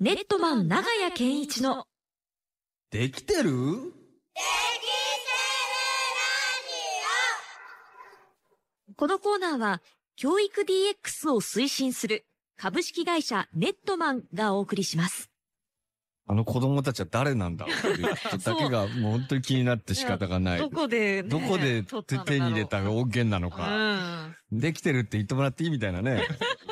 ネットマン長屋健一のできてるこのコーナーは教育 DX を推進する株式会社ネットマンがお送りします。あの子供たちは誰なんだろうっていうことだけがもう本当に気になって仕方がない。どこで、ね、どこで撮っ手たんだろうに入れた音源なのうか、ん。できてるって言ってもらっていいみたい なね、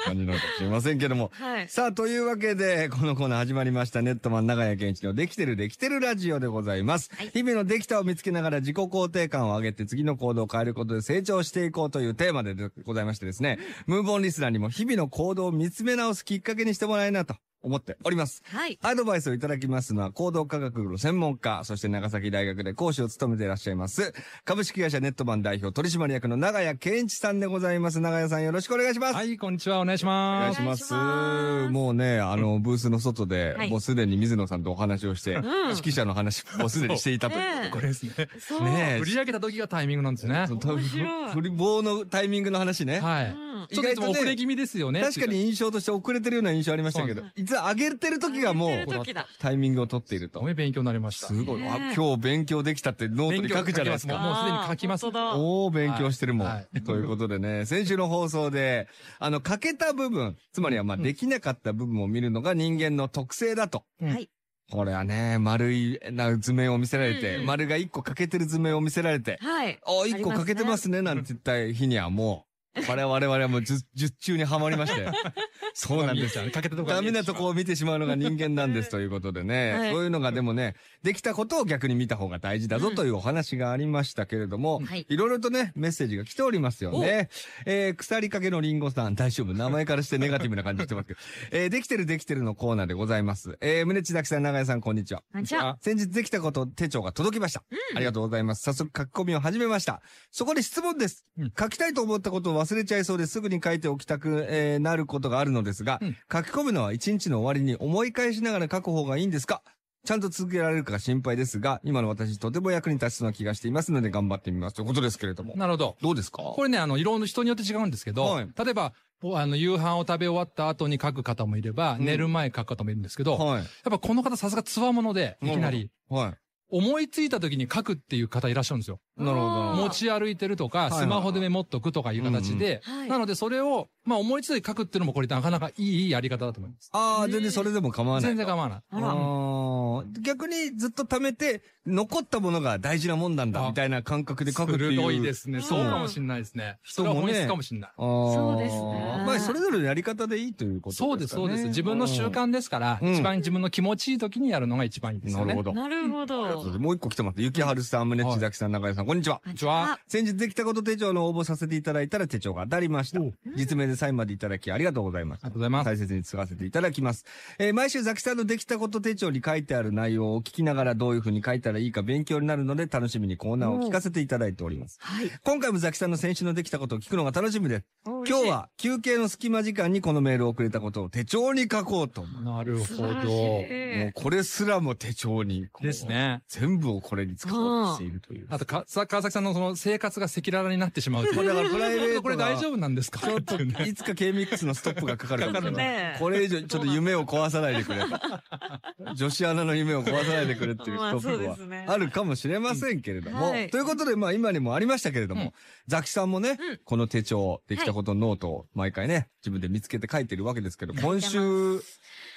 感じなのかもしれませんけども。はい。さあ、というわけで、このコーナー始まりました。ネットマン長屋健一のできてるできてるラジオでございます。はい日々のできたを見つけながら自己肯定感を上げて次の行動を変えることで成長していこうというテーマでございましてですね、ムーボンリスナーにも日々の行動を見つめ直すきっかけにしてもらえなと思っております。はい。アドバイスをいただきますのは、行動科学の専門家、そして長崎大学で講師を務めていらっしゃいます、株式会社ネットマン代表取締役の長谷健一さんでございます。長谷さんよろしくお願いします。はい、こんにちは。お願いしお願まいす。します。お願いしますもうね、あの、ブースの外で、はいもうすでに水野さんとお話をして、ん指揮者の話もうすでにしていたという。ねこれですね。そう。ねえ売り上げた時がタイミングなんですね。その面白い振り棒のタイミングの話ね。はうい。ん。ちょっといつも意外とね遅れ気味ですよね。確かに印象として遅れてるような印象ありましたけどそう、実は上げてる時がも上げうてる時だ、タイミングを取っているすとご。い勉強になりました。すごい。ねあ今日勉強できたってノートに書くじゃないですか勉強書けま。もうすでに書きますあー本当だおー、勉強してるもん。はということでね、先週の放送で、あの、欠けた部分、つまりはまあ、できなかった部分を見るのが人間の特性だと。うんはい。これはね、丸いな図面を見せられて、うんうん丸が一個欠けてる図面を見せられて、はい。おー、一個欠けてますね、なんて言った日にはもう、我々はもう術術中にはまりまして。そうなんですよ。かけたところダメなとこを見てしまうのが人間なんですということでね、はいそういうのがでもね、できたことを逆に見た方が大事だぞというお話がありましたけれども、うんはいいろいろとね、メッセージが来ておりますよね。えー、腐りかけのリンゴさん、大丈夫。名前からしてネガティブな感じしてますけど、えー、できてるできてるのコーナーでございます。えー、胸千崎さん、長谷さん、こんにちは。あじゃあ、先日できたこと手帳が届きました。ありがとうございます。早速書き込みを始めました。そこで質問です。うん書きたいと思ったことを忘れちゃいそうですぐに書いておきたく、えーなることがあるのですが、うん書き込むのは一日の終わりに思い返しながら書く方がいいんですかちゃんと続けられるかが心配ですが、今の私とても役に立ちそうな気がしていますので頑張ってみますということですけれども。なるほど。どうですかこれね、あの、いろんな人によって違うんですけど、はい例えば、こうあの、夕飯を食べ終わった後に書く方もいれば、ん寝る前に書く方もいるんですけど、やっはい。ぱこの方さすがつわもので、いきなり、は思いついた時に書くっていう方いらっしゃるんですよ。い。なるほど。あーなるほ持ち歩いてるとか、いはいスマホでメモっとくとかいう形で、うんうんはいなのでそれを、まあ思いついて書くっていうのもこれなかなかいいやり方だと思います。どああ、全然それでも構わない。全然構わない。あらあー逆にずっと貯めて、残ったものが大事なもんなんだ、あみたいな感覚で書くっていう。鋭いですね。んそうかもしんないですね。人も人ねも本質かもしんない。あーそうですねまあ、それぞれのやり方でいいということですかね。そうです、そうです。自分の習慣ですから、うん一番自分の気持ちいい時にやるのが一番いいですなよね。るほど。なるほど。もう一個来てます。ゆきはるさん、むねちざきさん、中井さん、こんにちは。こんにちは。先日できたこと手帳の応募させていただいたら手帳が当たりましたおう。実名でサインまでいただきありがとうございましありがたとう。ございます。大切に使わせていただきます。えー毎週ザキさんのできたこと手帳に書いてある内容を聞きながらどういうふうに書いたらいいか勉強になるので楽しみにコーナーを聞かせていただいております。はい。今回もザキさんの先週のできたことを聞くのが楽しみです。今今日は休憩の隙間時間にこのメールをくれたことを手帳に書こうと思う。なる素ほ晴らしど。もうい。これすらも手帳に。です。ね。全部をこれに使おうとしているという。あとか、さ川崎さんのその生活が赤裸々になってしまう とこいれう。だからプライベートがこれ大丈夫なんですかちょっっていうねと、いつか K-MIX のストップがかかる。かかるね これ以上、ちょっと夢を壊さないでくれと。女子アナの夢を壊さないでくれっていうまあストップそうですはねあるかもしれませんけれども。はいということで、まあ今にもありましたけれども、うんザキさんもね、うんこの手帳、できたことのノートを毎回ね、自分で見つけて書いてるわけですけど、今週は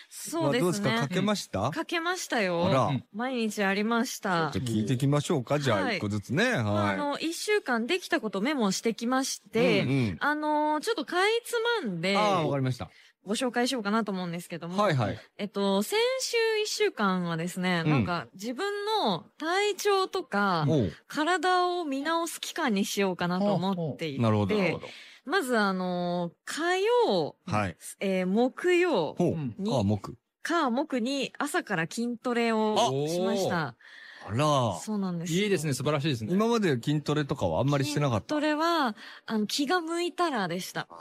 そどううでですすか書ね。けました、かけましたあら、よ。うん毎日ありましたちょ。っと聞いていきましょうか。じゃあはい一個ずつね。はい。まああの、一週間できたことメモしてきましうんて、うん、あのー、ちょっとかいつまんで、ああ、わかりました。ご紹介しようかなと思うんですけども、はいはい。えっと、先週一週間はですね、うんなんか自分の体調とか、おう体を見直す期間にしようかなと思っていて、なるほど、なるほど。まずあのー、火曜、はい。えー木曜、ほう。うんああ、木。か、木に朝から筋トレをあしました。あら。そうなんですよ。いいですね、素晴らしいですね。今まで筋トレとかはあんまりしてなかった。筋トレは、あの、気が向いたらでした。で、で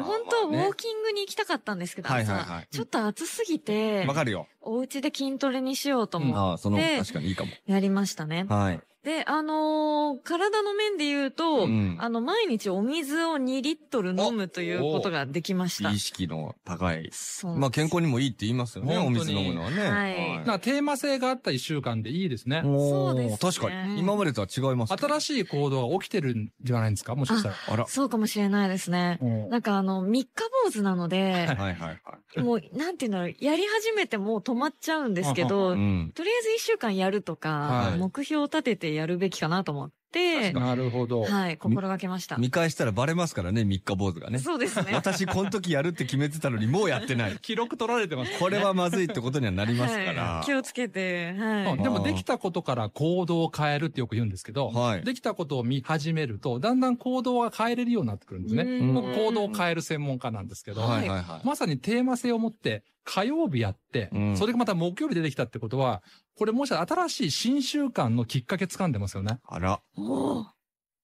本当、ウォーキキングに行きたかったんですけど、はいはい朝はいちょっと暑すぎてわ、かるよ。お家で筋トレにしようと思ああ、その、で確かにいいかも。う、やりましたね。はい。で、あのー体の面で言うと、うんあの、毎日お水を2リットル飲むということができました意。識の高い。そうまあ健康にもいいって言いますよね。お本当水に飲むのはね。はいなんかテーマ性があった一週間でいいですね。おそうーですね確かに。今までとは違います。新しい。しい行動が起きてるんじゃないんですかもしかしたら。あら。そうかもしれないですね。うんなんかあの、三日坊主なので、はいはいはい。もう、なんていうんだろう、やり始めてもう止まっちゃうんですけうど、ん。とりあえず一週間やるとか、はい目標を立ててやるべきかなと思って、なるほど。はい、心がけました。見返したらバレますからね、三日坊主がね。そうですね。私、この時やるって決めてたのに、もうやってない。記録取られてます。これはまずいってことにはなりますかはらい、。気をつけて、うはんでもできたことから行動を変えるってよく言うんですけど、はいできたことを見始めると、だんだん行動が変えれるようになってくるんでい。すね。うん僕行動を変える専門家なんですけど、はいはいはまさにテーマ性を持って、火曜日やって、うんそれがまた木曜日出てきたってことは、これもしかしたら新しい新習慣のきっかけ掴んでますよね。い。あら、おー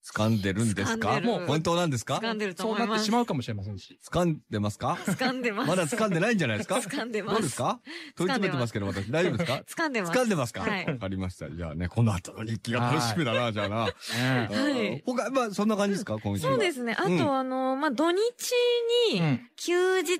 掴んでるんです掴かんでるもう本当なんですか掴んでるとそう思ないっまてしす。まうかもしれませんし。掴んでますか掴んでます。まだ掴んでないんじゃないですか掴んでまどうですす。 か問い詰めてますけど、私。大丈夫ですか掴んでます。掴んでますかはいわかりました。じゃあね、この後の日記が楽しみだな、じゃあな。はい他、まあ、そんな感じですか今週は。そうですね。あと、うんあの、まあ、土日うに、ん休日、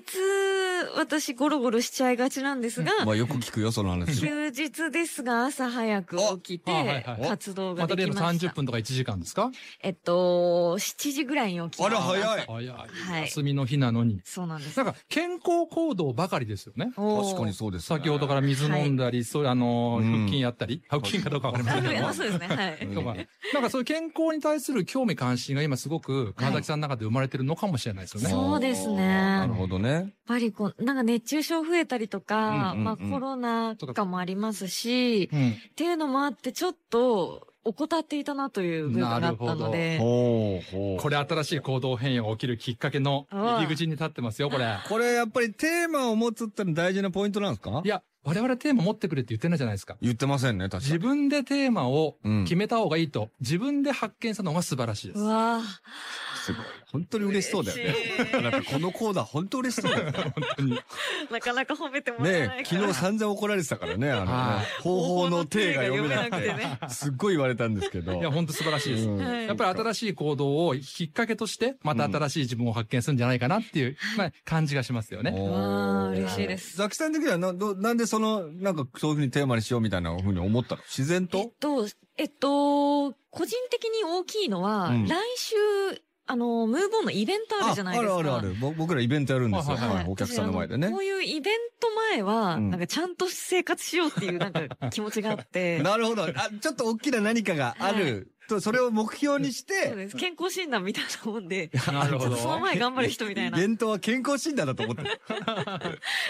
私ゴロゴロしちゃいがちなんですが、まあ、よく聞くよ、そ の話。休日ですが朝早く起きあはいてはいお、活動がまたで例きのました。 30分とか1時間ですかえっと、7時ぐらいに起きあまら、した。早い。早い。はい休みの日なのに。そうなん です。なんか健康行動ばかりですよね。おー確かにそうですね。先ほどから水飲んだり、そういうあのうんー、腹筋やったり、腹筋かどうかわかりません けどあ そうですね。はい。とかなんかそういう健康に対する興味関心が今すごく川崎さんの中で生まれてるのかもしれないですよね。そうですねなるほどね。やっぱりこう、なんか熱中症増えたりとか、うんうんうんまあコロナとかもありますし、うん。っていうのもあって、ちょっと怠っていたなという部分があったので、ほうほう。これ新しい行動変容が起きるきっかけの入り口に立ってますよ、こ れ。これやっぱりテーマを持つっての大事なポイントなんですかいや、我々テーマ持ってくれって言ってないじゃないですか。言ってませんね、確か自に。分でテーマをうん決めた方がいいと、自分で発見したのが素晴らしいですう。わぁ。すごい。本当に嬉しそうだよ ね。だってこのコーナー本当嬉しそうだよね。 なかなか褒めてもらえなねいから。 昨日散々怒られてたからね、あのはねい、方法の手が読めなく方法の手が読めて、なくてねすっごい言われたんですけど。いや、本当素晴らしいです。うんはいやっぱり新しい行動をきっかけとして、また新しい自分を発見するんじゃないかなっていう、まあ、感じがしますよね。おーわあ嬉しいですザキさん的にはな、どなんでその、なんかそういうふうにテーマにしようみたいなふうに思ったの自然えっとと、えっと、個人的に大きいのは、うん来週、あの、ムーボーンのイベントあるじゃないですか。あるあるある。ぼ僕らイベントやるんですよ。はいはいはいはいお客さんの前でねこ。ういうイベント前は、うんなんかちゃんと生活しようっていうなんか気持ちがあって。 なるほど。あ、ちょっと大きな何かがある。と、それを目標にしそうて、です。健康診断みたいなもんで、なる ほど。その前頑張る人みたいな。っ伝統は健康診断だと思ってる。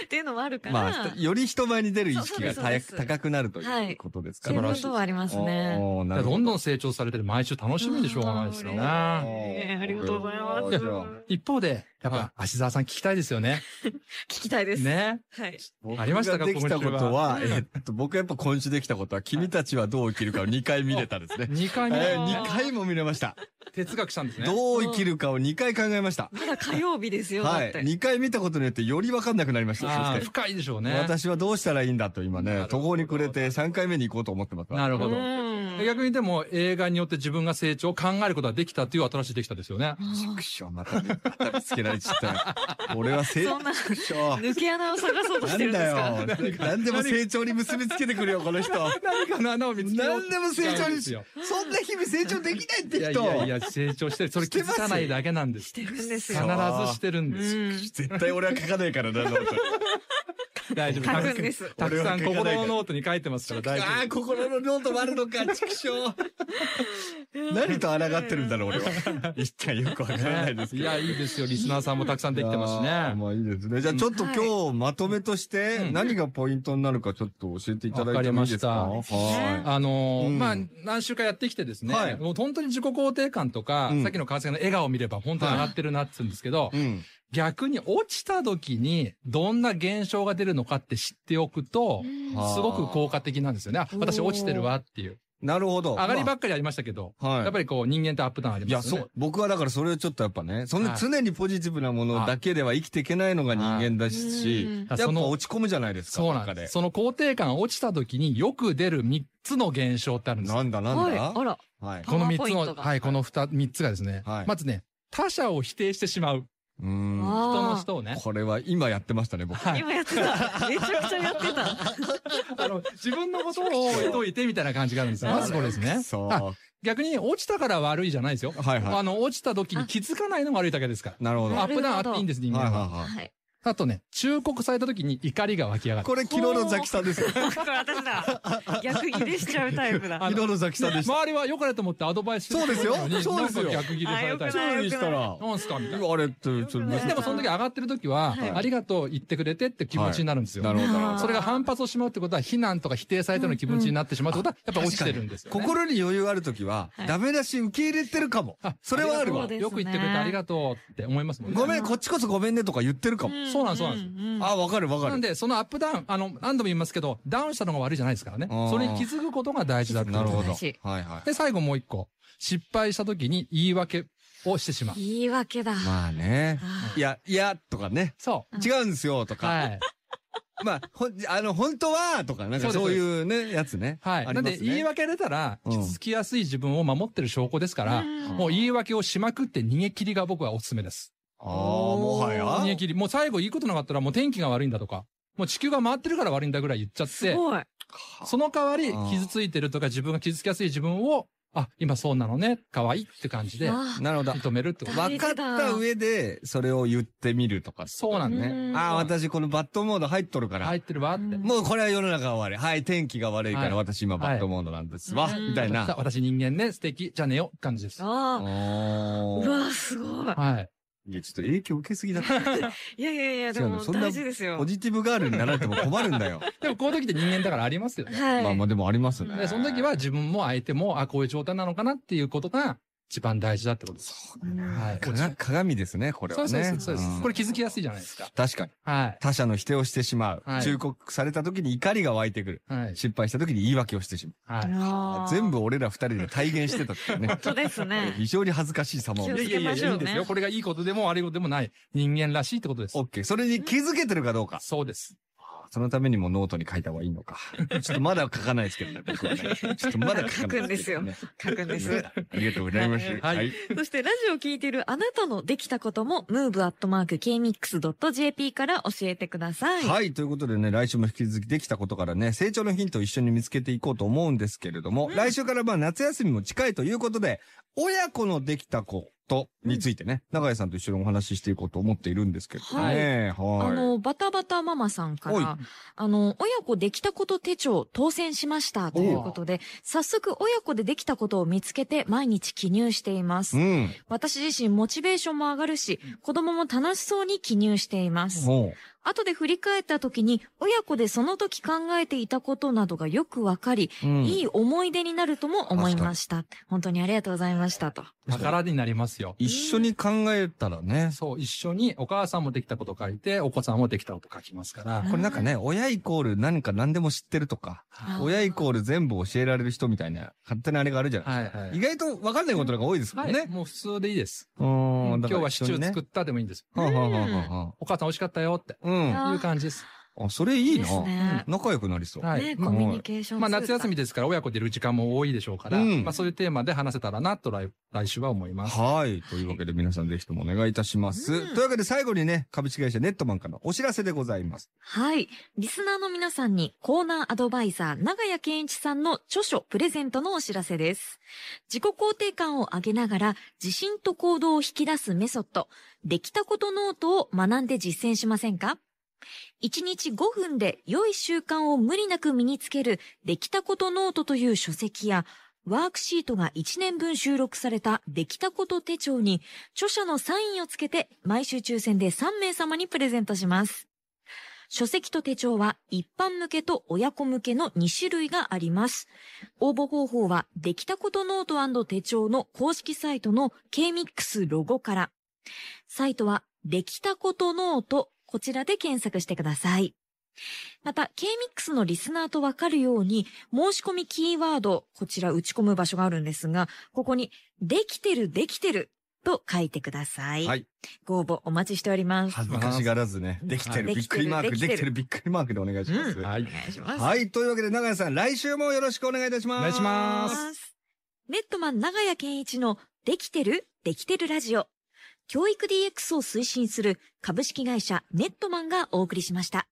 ていうのもあるから、まあ、より人前に出る意識がそうそうですそうで高す高くなるとはいういことですかそうら。いうことはありますね。おーなどるほんどん成長されてる毎週楽しみでしょうがないですよあね。えーありがとうございます。じゃあ聞一方で、やっはぱ、足沢さん聞きたいですよね。きたいです。ね。はい。僕ありましたがかできたことは、今週はえっと、僕やっぱ今週できたことは、君たちはどう生きるかを2回見れたですね。 2回目、 え2回も見れました。哲学したんですね。どう生きるかを2回考えました。まだ火曜日ですよ、はい。だって。 2回見たことによってより分かんなくなりました。あそしーて深いでしょうね。私はどうしたらいいんだと今なるね、ほど途方に暮れて3回目に行こうと思ってます。なるほど。うん。逆にでも映画によって自分が成長を考えることができたという新しいできたですよね。 くしょう、また、また見つけられちゃったよ。俺は成そんなくしょう。抜け穴を探そうとなしてるんんですかだよ。何でも成長に結びつけてくるよ、この 人。何かの穴を見つけよう何でも成長にですよ。そんな日々成長できないっていや人。いやいや、成 長してる。それ気づかないだけなんです。してるんです必よ。ずしてるんうです。ん。絶対俺は書かないからな、ノート大丈夫。書 くんです。たくさん俺は書かないから心のノートに書いてます か ら大丈ああ、心のノートもあるのか、畜生。何と抗ってるんだろう、俺は。一体よくわからないですけ夫。いど。や、いいですよ。リスナーさんもたくさんできてますしいやーね。まあいいですね。じゃあちょっと今日まとめとしてうん何がポイントになるかちょっと教えていただいてもいいですかわかりはまい。あのーうんまあ、何週かやってきてですね、はいもう本当に自己肯定感とか、うんさっきの川崎さんの笑顔を見れば本当に上がってるなって言うんですけど、うん。逆に落ちた時にどんな現象が出るのかって知っておくと、うんはあすごく効果的なんですよね。あおー私落ちてるわっていう。なるほど。上がりばっっかりありましたけど、はい。やっぱりこう人間ってアップダウンありいや、ますそよねう。。僕はだからそれをちょっとやっぱね、そんはない常にポジティブなものだけでは生きていけないのが人間だし、うんやっそぱの落ち込むじゃないですか。そうなんです。その肯定感落ちた時によく出る3つの現象ってあるんですよなんだなんはい、だあら。はい。こパの3ワーつポイントの、がはい、この2、三つがですね、はいまずね、他者を否定してしまう。うーん。人のあ人をね。これは今やってましたね、僕。はあ。い。今やってた。めちゃくちゃやってた。あの、自分のことを置いといてみたいな感じがあるんですよ。まずこれですね。そう。あ逆に落ちたから悪いじゃないですよ。はいはあの、落ちた時に気づかないのが悪いだけですからい。。なるほど。アはップダウンあっていいんでいす、人間はいは。ははい。あとね、忠告された時に怒りが湧き上がい。る。これ、昨日のザキさんですよ。これ私だ。逆ギレしちゃうタイプだ。あ昨日のザキさんでした。周りは良かれと思ってアドバイスしてそうですよのにそうですよなんか逆ギレされたあ。り注意したら、なんすかみたいな。あれって、ちょっと良くないでもその時上がってる時は、はいありがとう言ってくれてって気持ちになるんですよ。なるほど。どそれが反発をしまうってことは、非難とか否定されたような気持ちになってしまうってことは、やっぱ落ちてるんですよ、ね。心に余裕あるときは、はいダメ出し受け入れてるかも。あそれはあるそわう。ですねよく言ってくれてありがとうって思いますもんね。ごめん、こっちこそごめんねとか言ってるかも。そうなんそうなんですんあ、わかるわかなんる。で、そのアップダウン、あの、何度も言いますけど、ダウンしたのが悪いじゃないですからねあー。それに気づくことが大事だってこなとるほど。難はしいいはで、最後もう一個。失敗した時に言い訳をしてしまう。言い訳だ。い。まあね。あいや、いや、とかね。そ違うんですよ、とう。はか。い。まあ、ほん、あの、本当は、とか、なんかそうそですういうね、やつね。はい。ありなんますで、ね言い訳出たら、うん傷つきやすい自分を守ってる証拠ですから、うんもう言い訳をしまくって逃げ切りが僕はおすすめです。ああ、もはや逃げ切り。もう最後いいことなかったら、もう天気が悪いんだとか、もう地球が回ってるから悪いんだぐらい言っちゃっすて、ごい。その代わりうん傷ついてるとか自分が傷つきやすい自分を、あ、今そうなのね、可愛いって感じであなるほど。認めるってこと。分かった上で、それを言ってみるとか。そうなんだね。うんああ、私このバッドモード入っとるから。入ってるわって。うんもうこれは世の中が悪い。はい、天気が悪いかはいら私今バッドモードなんですわ。はいみたいさなあ。私人間ね、素敵。じゃあ寝ようって感じです。はああ。おうーわ、すごい。い。いや、ちょっと影響受けすぎだ って。いやいやいや、で違うものそんな大事ですよ。ポジティブガールになられても困るんだよ。でもこの時って人間だからありますよね。はい。まあまあでもありますね。で、その時は自分も相手も、あ、こういう状態なのかなっていうことが一番大事だってことです。うんはい。かな、鏡ですね、これはそね。うそうそうそうです。んこれ気づきやすいじゃないですか。確かに。はい。他者の否定をしてしまう。はい忠告された時に怒りが湧いてくる。はい。失敗した時に言い訳をしてしはい。まあう。ー全部俺ら二人で体現してたっていう ね。本当です ね。非常に恥ずかしい様を気いをやついけやいや、まいしょうねいんですよ。これがいいことでも悪いことでもない人間らしいってことですオ。ッケー。それに気づけてるかどうか。そうです。そのためにもノートに書いた方がいいのか。ちょっとまだ書かないですけどね、僕はね。ちょっとまだ書かないけどね書くんですよ。 ありがとうございます。はいはい。そしてラジオを聞いているあなたのできたことも move.kmix.jp から教えてください。はい。ということでね、来週も引き続きできたことからね、成長のヒントを一緒に見つけていこうと思うんですけれども、来週からまあ夏休みも近いということで、親子のできたことについてね、長井さんと一緒にお話ししていこうと思っているんですけれどもね。はい。あの、バタバタママさんかおいら、あの、親子できたこと手帳当選しましたということで、早速親子でできたことを見つけて毎日記入していますう。ん。私自身モチベーションも上がるし、子供も楽しそうに記入しています。も後で振り返った時に、親子でその時考えていたことなどがよくわかり、う。うんいい思い出になるとも思いました。本当にありがとうございましたと。宝になりますよ。一緒に考えたらね、そう、一緒にお母さんもできたこと書いて、お子さんもできたこと書きますから。これなんかね、親イコール何か何でも知ってるとか、あー親イコール全部教えられる人みたいな、勝手なあれがあるじゃない。はいは意い。外と分かんないことの方が多いですもんはい、ね。もう普通でいいです。うーん今日はシチュー作っったでもいいんです。たはあはあはあはお母さん美味しかったよって。あうん。あいう感じです。あ、それいいなです。ね仲良くなりそう。はい。ね、まあコミュニケーションまあ夏休みで。ですから親子でいる時間も多いでしょうから、うんまあそういうテーマで話せたらなと来来週は思います。はい。というわけで皆さんぜひともお願いいたします。うんというわけで最後にね、株式会社ネットマンからのお知らせでございます。はい。リスナーの皆さんにコーナーアドバイザー、長谷健一さんの著書プレゼントのお知らせです。自己肯定感を上げながら自信と行動を引き出すメソッド、できたことノートを学んで実践しませんか ?1 日5分で良い習慣を無理なく身につけるできたことノートという書籍や、ワークシートが1年分収録されたできたこと手帳に著者のサインをつけて毎週抽選で3名様にプレゼントします。書籍と手帳は一般向けと親子向けの2種類があります。応募方法は、できたことノート手帳の公式サイトの KMIX ロゴから。サイトは、できたことノート、こちらで検索してください。また、K-MIX のリスナーとわかるように、申し込みキーワード、こちら打ち込む場所があるんですが、ここに、できてる、できてる、と書いてください。はいご応募お待ちしております。恥ずかしがらずね。できてる、はいびっくりマーク、できでてるきてる、びっくりマークでお願いします。うんはいはいお。願いします。はい。というわけで、長谷さん、来週もよろしくお願いいたします。お願いしまネットマン長屋健一のできてるできてるラジオ。教育 DX を推進する株式会社ネットマンがお送りしました。